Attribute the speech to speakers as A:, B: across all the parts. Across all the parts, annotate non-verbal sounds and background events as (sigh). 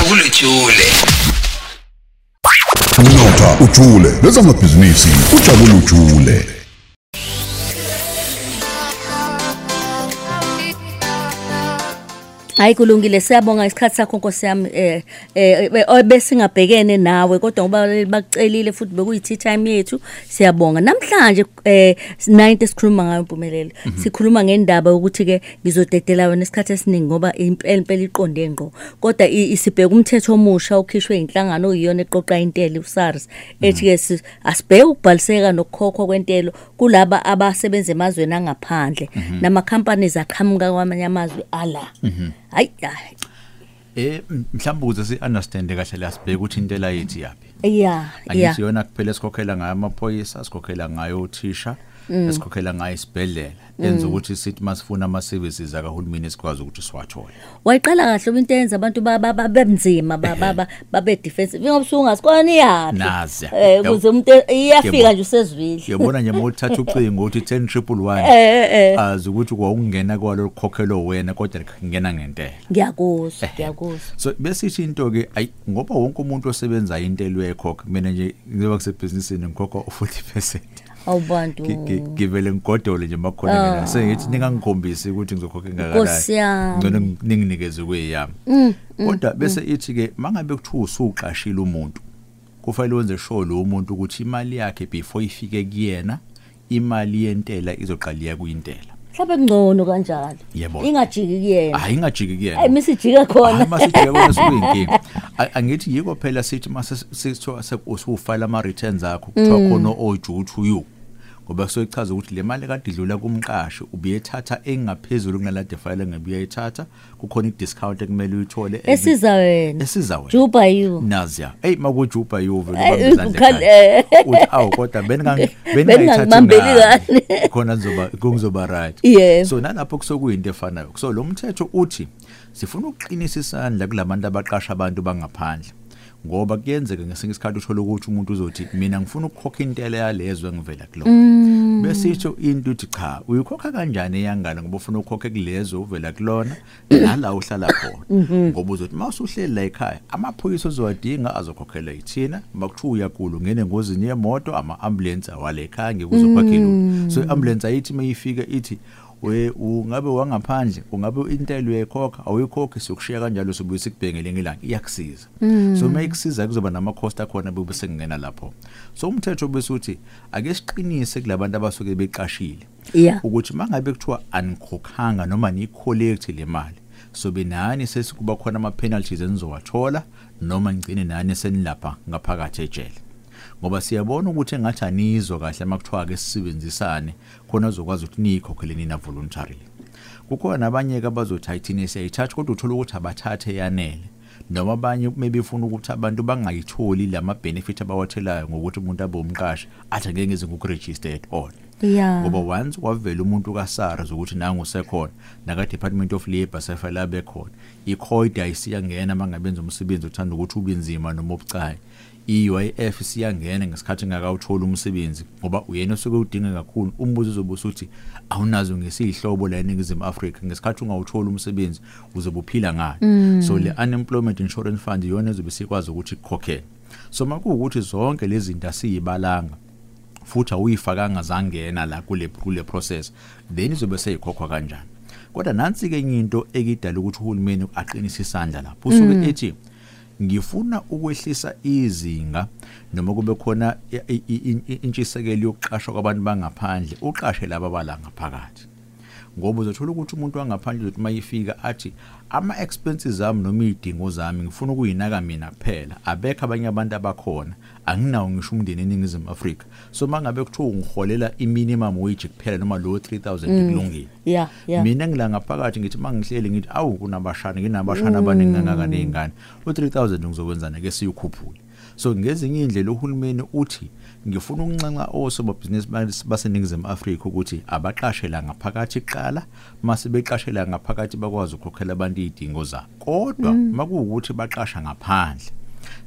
A: Jule Jule.
B: ncotha ujule lezamabhizinisi ujabule ujule
C: hayi kulungile siyabonga isikhathi sakho nkosi yami eh eh, eh besingabhekene nawe kodwa ngoba balaleli bakucelile futhi bekuyi-tea time yethu siyabonga namhlanje eh 90 sikhuluma ngayo impumelelo sikhuluma ngendaba yokuthi ke ngizodedela wena isikhathi esiningi ngoba impela impela iqonde ngqo kodwa i- i- sibheka umthetho omusha okhishwe inhlangano oyiyona eqoqa intela usars ethi ke si- asibheke ukubhaliseka nokukhokhwa kwentelo kulaba abasebenza emazweni angaphandle
D: Mhm.
C: nama-companies aqhamuka kwamanye amazwe ala hayi hayi
D: eh m- mhlawumbe ukuze si-understande kahle la sibheke ukuthi intela yethu yaphi
C: ya ya
D: angithi yona kuphela esikhokhela ngayo amaphoyisa esikhokhela ngayo othisha esikhokhela ngayo isibhedlela enza ukuthi sithi masifuna ama-services akahulumeni sikwazi ukuthi siwathole
C: wayiqala kahle uba into yenza abantu ba- ba- ba- bemnzima ba- ba- ba- babe defensive ingoba usungasikona
D: Nazi.
C: iyaphi um
D: Yabo.
C: kuze umuntu iyafika
D: Yebo.
C: nje usezwile Eh,
D: uyabona nje uma uthatha ucingo uthi ten triple one azi ukuthi kwawukungena kwalo khokhelwe wena kodwa kungena ngentela
C: ngiyakuzwa
D: Eh.
C: ngiyakuzwa
D: so besithi into-ke ayi ngoba wonke umuntu osebenzayo intelo uyayikhokha mina nje ngizoba kusebhizinisini ngikhokha u-forty percent
C: awubantu
D: Ki- ki- ngivele ngigodole nje makhona ngena sengithi ningangikhombisi ukuthi ngizokhokha
C: Ah. Nkosi yami. Mm,
D: ngcono ngi- ninginikeze kweyami kodwa bese ithi-ke uma ngabe kuthiwa usuwuqashile umuntu kufanele wenze sure lo muntu ukuthi imali yakhe before ifike kuyena imali yentela izoqaliya kuyintela
C: mhlawumbe kungcono kanjalo
D: Yebo.
C: ingajiki kuyena
D: hayi ingajiki kuyena
C: hayi misijika
D: Ah,
C: khona
D: masijekona sikuyinkinga A- angithi yiko phela sithi masesufile ama-returns akho kuthiwa
C: Mm.
D: khona o-due to you ngoba kusuke kuchaza ukuthi le mali kade idlula kumqashi ubuyethatha engaphezulu kunalade fayile ngebuyayithatha kukhona i-discount ekumele uyithole and-
C: esiza wena
D: esiza wena
C: juba
D: Mm.
C: you
D: naziya eyi makujuba yuve
C: Eh, ukhal- eh.
D: uthi awu kodwa bengingang-
C: Bengingakubambeli
D: bengingayithathi ngani. khona ngizoba- kungizoba right
C: Yebo.
D: so nalapho kusokuyinto efanayo so lo mthetho uthi sifuna ukuqinisa isandla kulabantu abaqasha abantu bangaphandle ngoba kuyenzeka ngesinye isikhathi uthole ukuthi umuntu uzothi mina ngifuna ukukhokha intela yalezo engivela kulona besitsho into uthi cha uyikhokha kanjani eyangane ngoba ufuna ukukhokhe kulezo uvela kulona nala uhlala khona ngoba uzothi uma usuhleli la ekhaya amaphoyisa ozowadinga azokhokhela yithina makuthiwa uyakulo ngene engozini yemoto ama-ambulensi awale ekhaya ngekuzokhokhela so i-ambulensi ayithi uma ifika ithi we ungabe wangaphandle ungabe intela uyayikhokha awuyikhokhi siyokushiya kanjalo sobuye sikubhengele ngelanga iyakusiza so uma ikusiza kuzoba nama-cost akhona bube sekungena lapho so umthetho bese uthi ake siqinise kulabantu abasuke beqashile
C: ya
D: ukuthi mangabe kuthiwa anikhokhanga noma niyicollect le mali sobe nani sesikuba khona ama-penalties enizowathola noma ngigcine nani senilapha ngaphakathi ejele ngoba siyabona ukuthi engathi anizwa kahle uma kuthiwa-ke sisebenzisane khona uzokwazi ukuthi niyikhokhele nina voluntarily kukhona abanye-ke abazothi hayi thina siyayithatha kodwa uthole ukuthi abathathe eyanele noma abanye maybe ifuna ukuthi abantu bangayitholi la ma-benefit abawathelayo ngokuthi umuntu abe umqashi athi angeke ngize ngokurejista at all
C: ya
D: ngoba once wavela umuntu kaSARS ukuthi nangu sekhona naka Department of Labor sefela bekhona ikhoida isiyangena mangabenza umsebenzi uthanda ukuthi ubinzima noma obucayi i-UIF siyangena ngesikhathi ngakawuthola umsebenzi ngoba uyena osuke udinga kakhulu umbuzo uzobe usuthi awunazo ngesiyihlobo la eningizimu Afrika ngesikhathi ungawutholi umsebenzi uzobe uphila ngayo so le unemployment insurance fund iyona ezobe sikwazi ukuthi ikukhokhele so makuwukuthi zonke lezi zinto asiyibalanga futhi awuyifakanga zangena la kule kule process then izobe seyikhokhwa kanjani kodwa nansi ke enye into ekidala ukuthi uhulumeni aqinise isandla lapho usuke ethi ngifuna ukwehlisa izinga noma kube khona i- i- i- i- intshisekelo yokuqashwa kwabantu bangaphandle uqashe laba balangaphakathi ngoba uzothola ukuthi umuntu wangaphandle uzothi mayifika athi ama-expenses ami noma iy'dingo zami ngifuna ukuyinaka mina kuphela abekho abanye abantu abakhona anginawo ngisho umndeni eningizimu afrika so uma ngabe kuthiwa ungiholela i-minimum wage kuphela noma lowo 3000 kulungile
C: ya ya
D: mina ngila ngaphakathi ngithi uma ngihleli ngithi awu kunabashana nginabashana abaningi kangaka ney'ngane u-three thousand ngizokwenzana-ke siyukhuphule so ngezinye iy'ndlela uhulumeni uthi ngifuna ukunxenxa osobabhizinisi bas- baseningizimu afrika ukuthi abaqashela ngaphakathi kuqala mase beqashela ngaphakathi bakwazi ukukhokhela abantu iy'dingo zabo kodwa uma kuwukuthi baqasha ngaphandle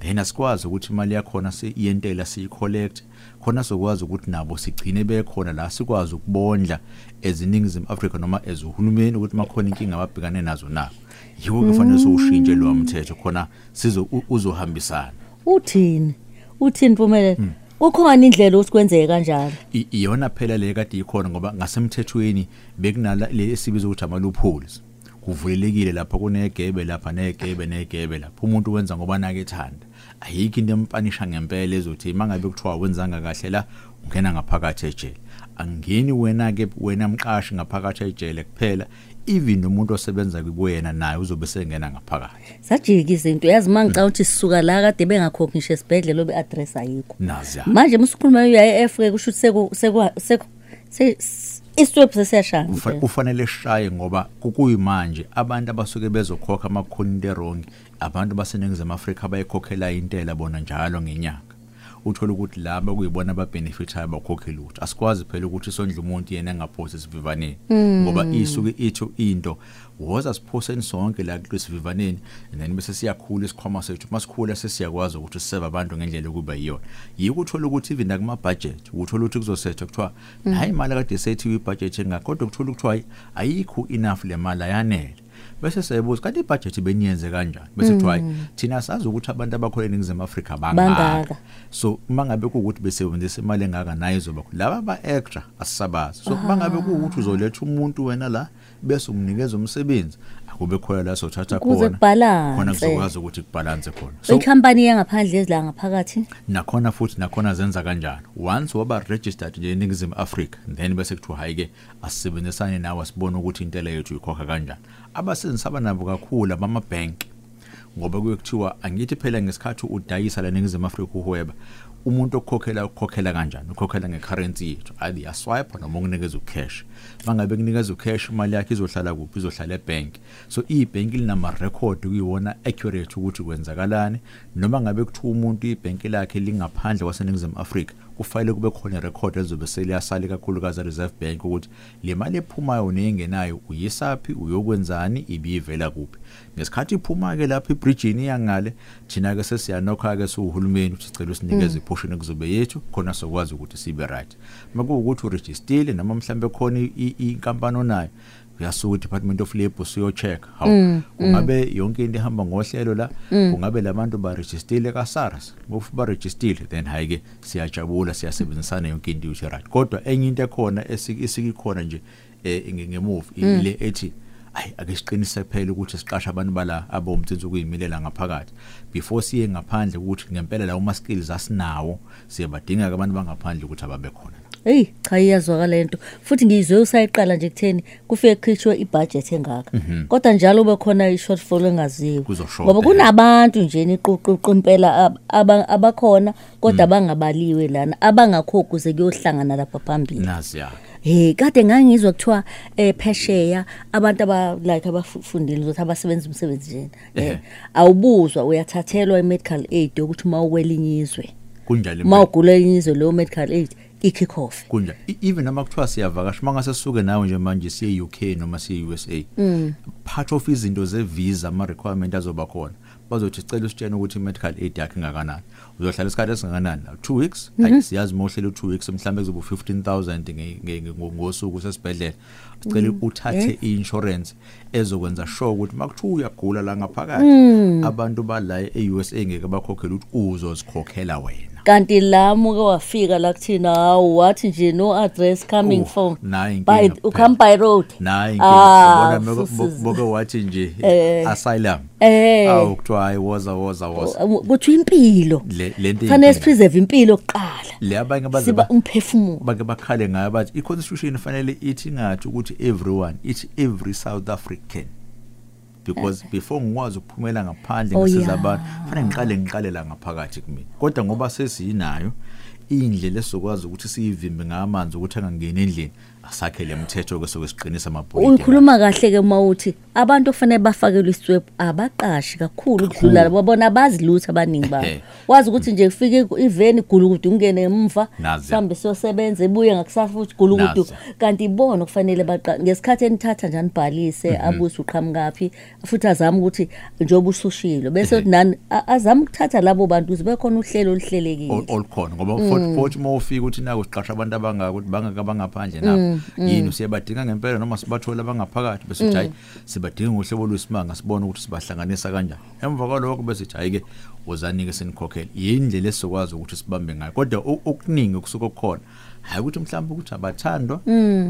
D: then asikwazi ukuthi imali yakhona si- yentela siyicollect khona sokwazi ukuthi nabo sigcine bekhona la sikwazi ukubondla eziningizimu afrika noma as uhulumeni ukuthi makhona inkinga ababhekane nazo nabo yiwo-ke kufanele sowushintshe lowa mthetho khona sizo- u- uzohambisana
C: uthini uthini mpumelelo
D: Mm.
C: kukhona indlela ukuthi kwenzeke kanjalo
D: I- iyona phela le kade ikhona ngoba ngasemthethweni bekunala le esibiza ukuthi ama-loopholes kuvulelekile lapha kunegebe lapha negebe negebe lapha umuntu wenza ngoba nake ethanda ayikho into empanisha ngempela ezothi uma ngabe kuthiwa wenzanga kahle la ungena ngaphakathi ejele angeni wena-ke wena mqashi ngaphakathi ejele kuphela even nomuntu osebenza kuyena naye uzobe sengena ngaphakathi
C: sajika izinto yazi uma ngicabanga ukuthi sisuka la kade bengakhokhi ngisho esibhedlela obe address ayikho
D: naziya
C: manje msukhuluma nge-UIF ke kusho ukuthi seku- seku- seku- se- s- isiwebhu sesiyashana
D: Kufa-
C: impela.
D: kufanele shaye ngoba kukuyimanje abantu abasuke bezokhokha amakhonto erongi abantu baseningizimu afrika abayikhokhela intela bona njalo ngenyanga uthole ukuthi laba kuyibona ababhenefithayo bakhokhe lutho asikwazi phela ukuthi sondle umuntu yena engaphose esivivaneni ngoba isuke itho into woza siphoseni sonke la kulo sivivaneni and then bese siyakhula isikhwama sethu uma sikhula sesiyakwazi ukuthi siseve abantu ngendlela okuba yiyona yiko uthola ukuthi even nakumabhajethi uthola ukuthi kuzosethwa kuthiwa hayi imali kade sethiwe ibhajethi engaka kodwa kuthola ukuthiwa hayi, ayikho enough le mali ayanele bese siyayibuza kanti ibhajethi beniyenze kanjani bese kuthiwa hayi thina sazi ukuthi abantu abakhona eningizimu afrika
C: Bangaka.
D: bangaka so uma ngabe kuwukuthi besebenzisa imali engaka nayo izobakho laba ba-extra asisabazi so uma ngabe kuwukuthi uzoletha umuntu wena la bese unginikeza umsebenzi akube khona la sothatha
C: Ukuze
D: khona
C: kubalance.
D: khona kuzokwazi ukuthi kubhalanse khona so
C: ikhampani yangaphandle ezila ngaphakathi
D: nakhona futhi nakhona zenza kanjalo once waba registered nje eningizimu afrika then bese kuthiwa hhayi-ke asisebenzisane nawe asibone ukuthi intela yethu ikhokha kanjani abasebenzisa abanabo kakhulu abamabhenki ngoba kuye kuthiwa angithi phela ngesikhathi udayisa la ningizimu afrika uhweba umuntu okukhokhela ukukhokhela kanjani ukhokhela ngecurrency yethu athi yaswipa noma ukunikeza ukhesh mangabe kunikeza ukhesh imali yakhe izohlala kuphi izohlala ebhenki so ibhenki linamarekhodi kuyiwona accurate ukuthi kwenzakalani noma ngabe kuthiwa umuntu ibhenki lakhe lingaphandle kwaseningizimu afrika kufanele kube khona irekhodi elizobe seliyasali kakhulukazi reserve bank ukuthi le mali ephumayo neyengenayo uyisaphi uyokwenzani ibiyivela kuphi ngesikhathi iphuma-ke lapho ibrijini iyangale thina-ke sesiyanokha-ke siwuhulumeni ukuthi sicela usinikeze iphoshini kuzobe yethu khona sokwazi ukuthi sibe right uma kuwukuthi urejistile noma mhlawumbe khona i- i- inkampani onayo uyasuka i-department of labour siyo-check-a hawu kungabe yonke into ehamba ngohlelo la kungabe la bantu barejistile kasaras bofu barejistile then hhayi-ke siyajabula siyasebenzisana yonke into ithi right kodwa enye into ekhona esi- esike ikhona nje um ngemuva ile ethi ayi ake siqinise phela ukuthi siqashe abantu bala abomthinzi ukuyimilela ngaphakathi before siye ngaphandle ukuthi ngempela lawo ma-skills asinawo siyabadinga-ke abantu bangaphandle ukuthi ababe khona la
C: eyi cha iyazwakala lento futhi ngiyizwe usayiqala nje kutheni kufike kukhishwe ibhajethi engaka kodwa njalo ube khona i-shortfall engaziwe
D: Kuzoshoda,
C: ngoba
D: yeah.
C: kunabantu nje niquququ impela ab- aba- abakhona kodwa abangabaliwe lana abangakhokhi kuze kuyohlangana lapha phambili
D: nazi-yake
C: hey kade ngangizwa kuthiwa eh phesheya abantu aba like abafundile ukuthi abasebenza umsebenzi njena eh
D: Ehhe.
C: awubuzwa uyathathelwa i-medical aid yokuthi uma ukwelinye izwe
D: kunjalo
C: uma ugula elinye izwe leyo medical aid ikhikhofe
D: kunja E- even noma kuthiwa siyavakasha uma ngase sisuke nawe nje manje siye UK noma siye USA part of izinto ze-visa ama-requirement azoba khona bazothi sicela usitshene ukuthi i-medical aid yakhe ingakanani uzohlala isikhathi esingakanani la two weeks hayi siyazi uma uhlele u-two weeks mhlawumbe kuzobe u-fifteen thousand ngosuku sesibhedlela sicele uthathe i-insurance ezokwenza sure ukuthi uma kuthiwa uyagula la ngaphakathi abantu bala e-u s a ngeke bakhokhele ukuthi uzozikhokhela wena
C: kanti la muke wafika la kuthina hawu wathi nje no address coming
D: Oh,
C: from
D: nayi
C: by,
D: inkinga
C: ucome by road
D: naye
C: Ah, fusis.
D: boke wathi nje
C: (laughs) Eh.
D: asylum
C: Eh.
D: awu kuthiwa hayi woza woza woza
C: kuthiwa impilo
D: Le- le nto
C: fanele
D: iyinkinga.
C: sipreserve impilo kuqala
D: le abanye baze
C: siba
D: ba-
C: umphefumulo
D: bake bakhale ngayo bathi i-constitution ifanele ithi ingathi ukuthi everyone ithi every south african because before ngikwazi ukuphumela ngaphandle
C: Eh. Oh,
D: ngisiza
C: yeah.
D: abantu fanele ngiqale ngiqalela ngaphakathi kumina kodwa ngoba sesiyinayo indlela esizokwazi ukuthi siyivimbe ngamanzi ukuthi angangeni endlini asakhe le mthetho-ke sokwesiqinisa amabholide
C: uyikhuluma kahle-ke uma uthi abantu okufanele bafakelwe iswebhu abaqashi kakhulu ukudlula labo bona bazi lutho abaningi babo wazi ukuthi nje kufike i- iveni gulukudu kungene emva
D: Nazi.
C: mhlawumbe siyosebenza ibuye ngakusasa futhi gulukudu
D: Nazi.
C: kanti ibona okufanele baqa- ngesikhathi enithatha nje anibhalise
D: Mhm.
C: abuse uqhamukaphi futhi azame ukuthi njengoba usushilo bese kuthi nani a- azame ukuthatha labo bantu ukuze kube khona uhlelo oluhlelekile
D: olukhona ngoba for- futhi uma ufika ukuthi nako siqasha abantu abangakuthi bangaka bangaphandle nabo yini siyabadinga ngempela noma sibathole abangaphakathi bese uthi hayi sibadinga ngohlobo lwesimanga sibone ukuthi sibahlanganisa kanjani emva kwalokho bese uthi hhayi-ke wozani-ke senikhokhele yindlela esizokwazi ukuthi sibambe ngayo kodwa o- okuningi okusuke kukhona hhayi ukuthi mhlawumbe ukuthi abathandwa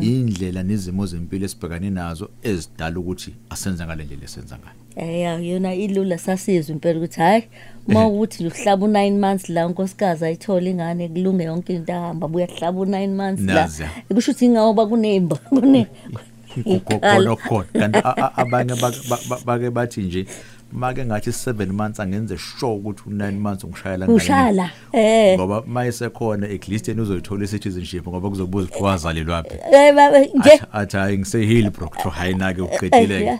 D: indlela nezimo zempilo esibhekane nazo ezidala ukuthi asenze ngale ndlela esenza ngayo
C: eya Eh, yona ilula sasizwa impela ukuthi hhayi uma ukuthi uhlaba u-nine months la unkosikazi ayithole ingane kulunge yonke into ahamba buya hlaba u-nine months la
D: Nazi.
C: kusho ukuthi ingoba kunemba (laughs)
D: kukhona okukhona kanti a- a- abanye bak- ba- ba- bake bathi nje make ngathi seven months angenze sure ukuthi u-nine months ungishayela ngale.
C: Ushala, eh.
D: ngoba ma esekhona at least yena uzoyithola i-citizenship ngoba kuzobuza ukuthi wazalelwaphi
C: Eh, nje
D: Athi- athi hayi ngise-hillbrook to hayina-ke uqedile
C: Yeah.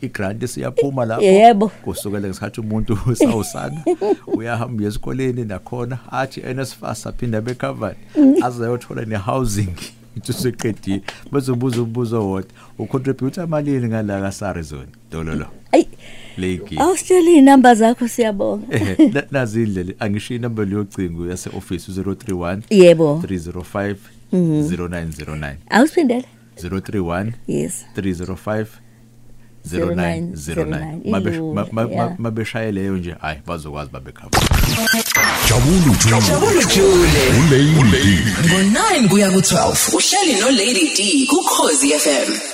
D: igranti siyaphuma lapho
C: Yebo.
D: kusukela ngesikhathi umuntu (laughs) usawusana uyahamba uya esikoleni nakhona athi i-nsfas aphinde abecovered
C: Mm.
D: aze ayothola ne-housing (laughs) ithi useqedile bezobuza umbuzo wodwa ucontributa amalini ngala kasari zona dololo
C: ayi
D: leyigi (laughs)
C: awusitshele iy'namba zakho siyabonga
D: Eh. nazi indlela angishiyo inamba leyocingo yase-ofisi u-031
C: yebo
D: 305
C: Mm-hmm.
D: 0909
C: awusiphindele
D: 031
C: yes
D: 305
C: 0909.
D: 0909 Mabe-
C: Ilula,
D: ma- ma- ma-
C: yeah.
D: mabeshayeleyo nje hayi bazokwazi babekhava
B: Jabulu Jule.
A: ujule
B: Ulady.
A: ngo-9 kuya ku-12 uhleli nolady d kukhozi fm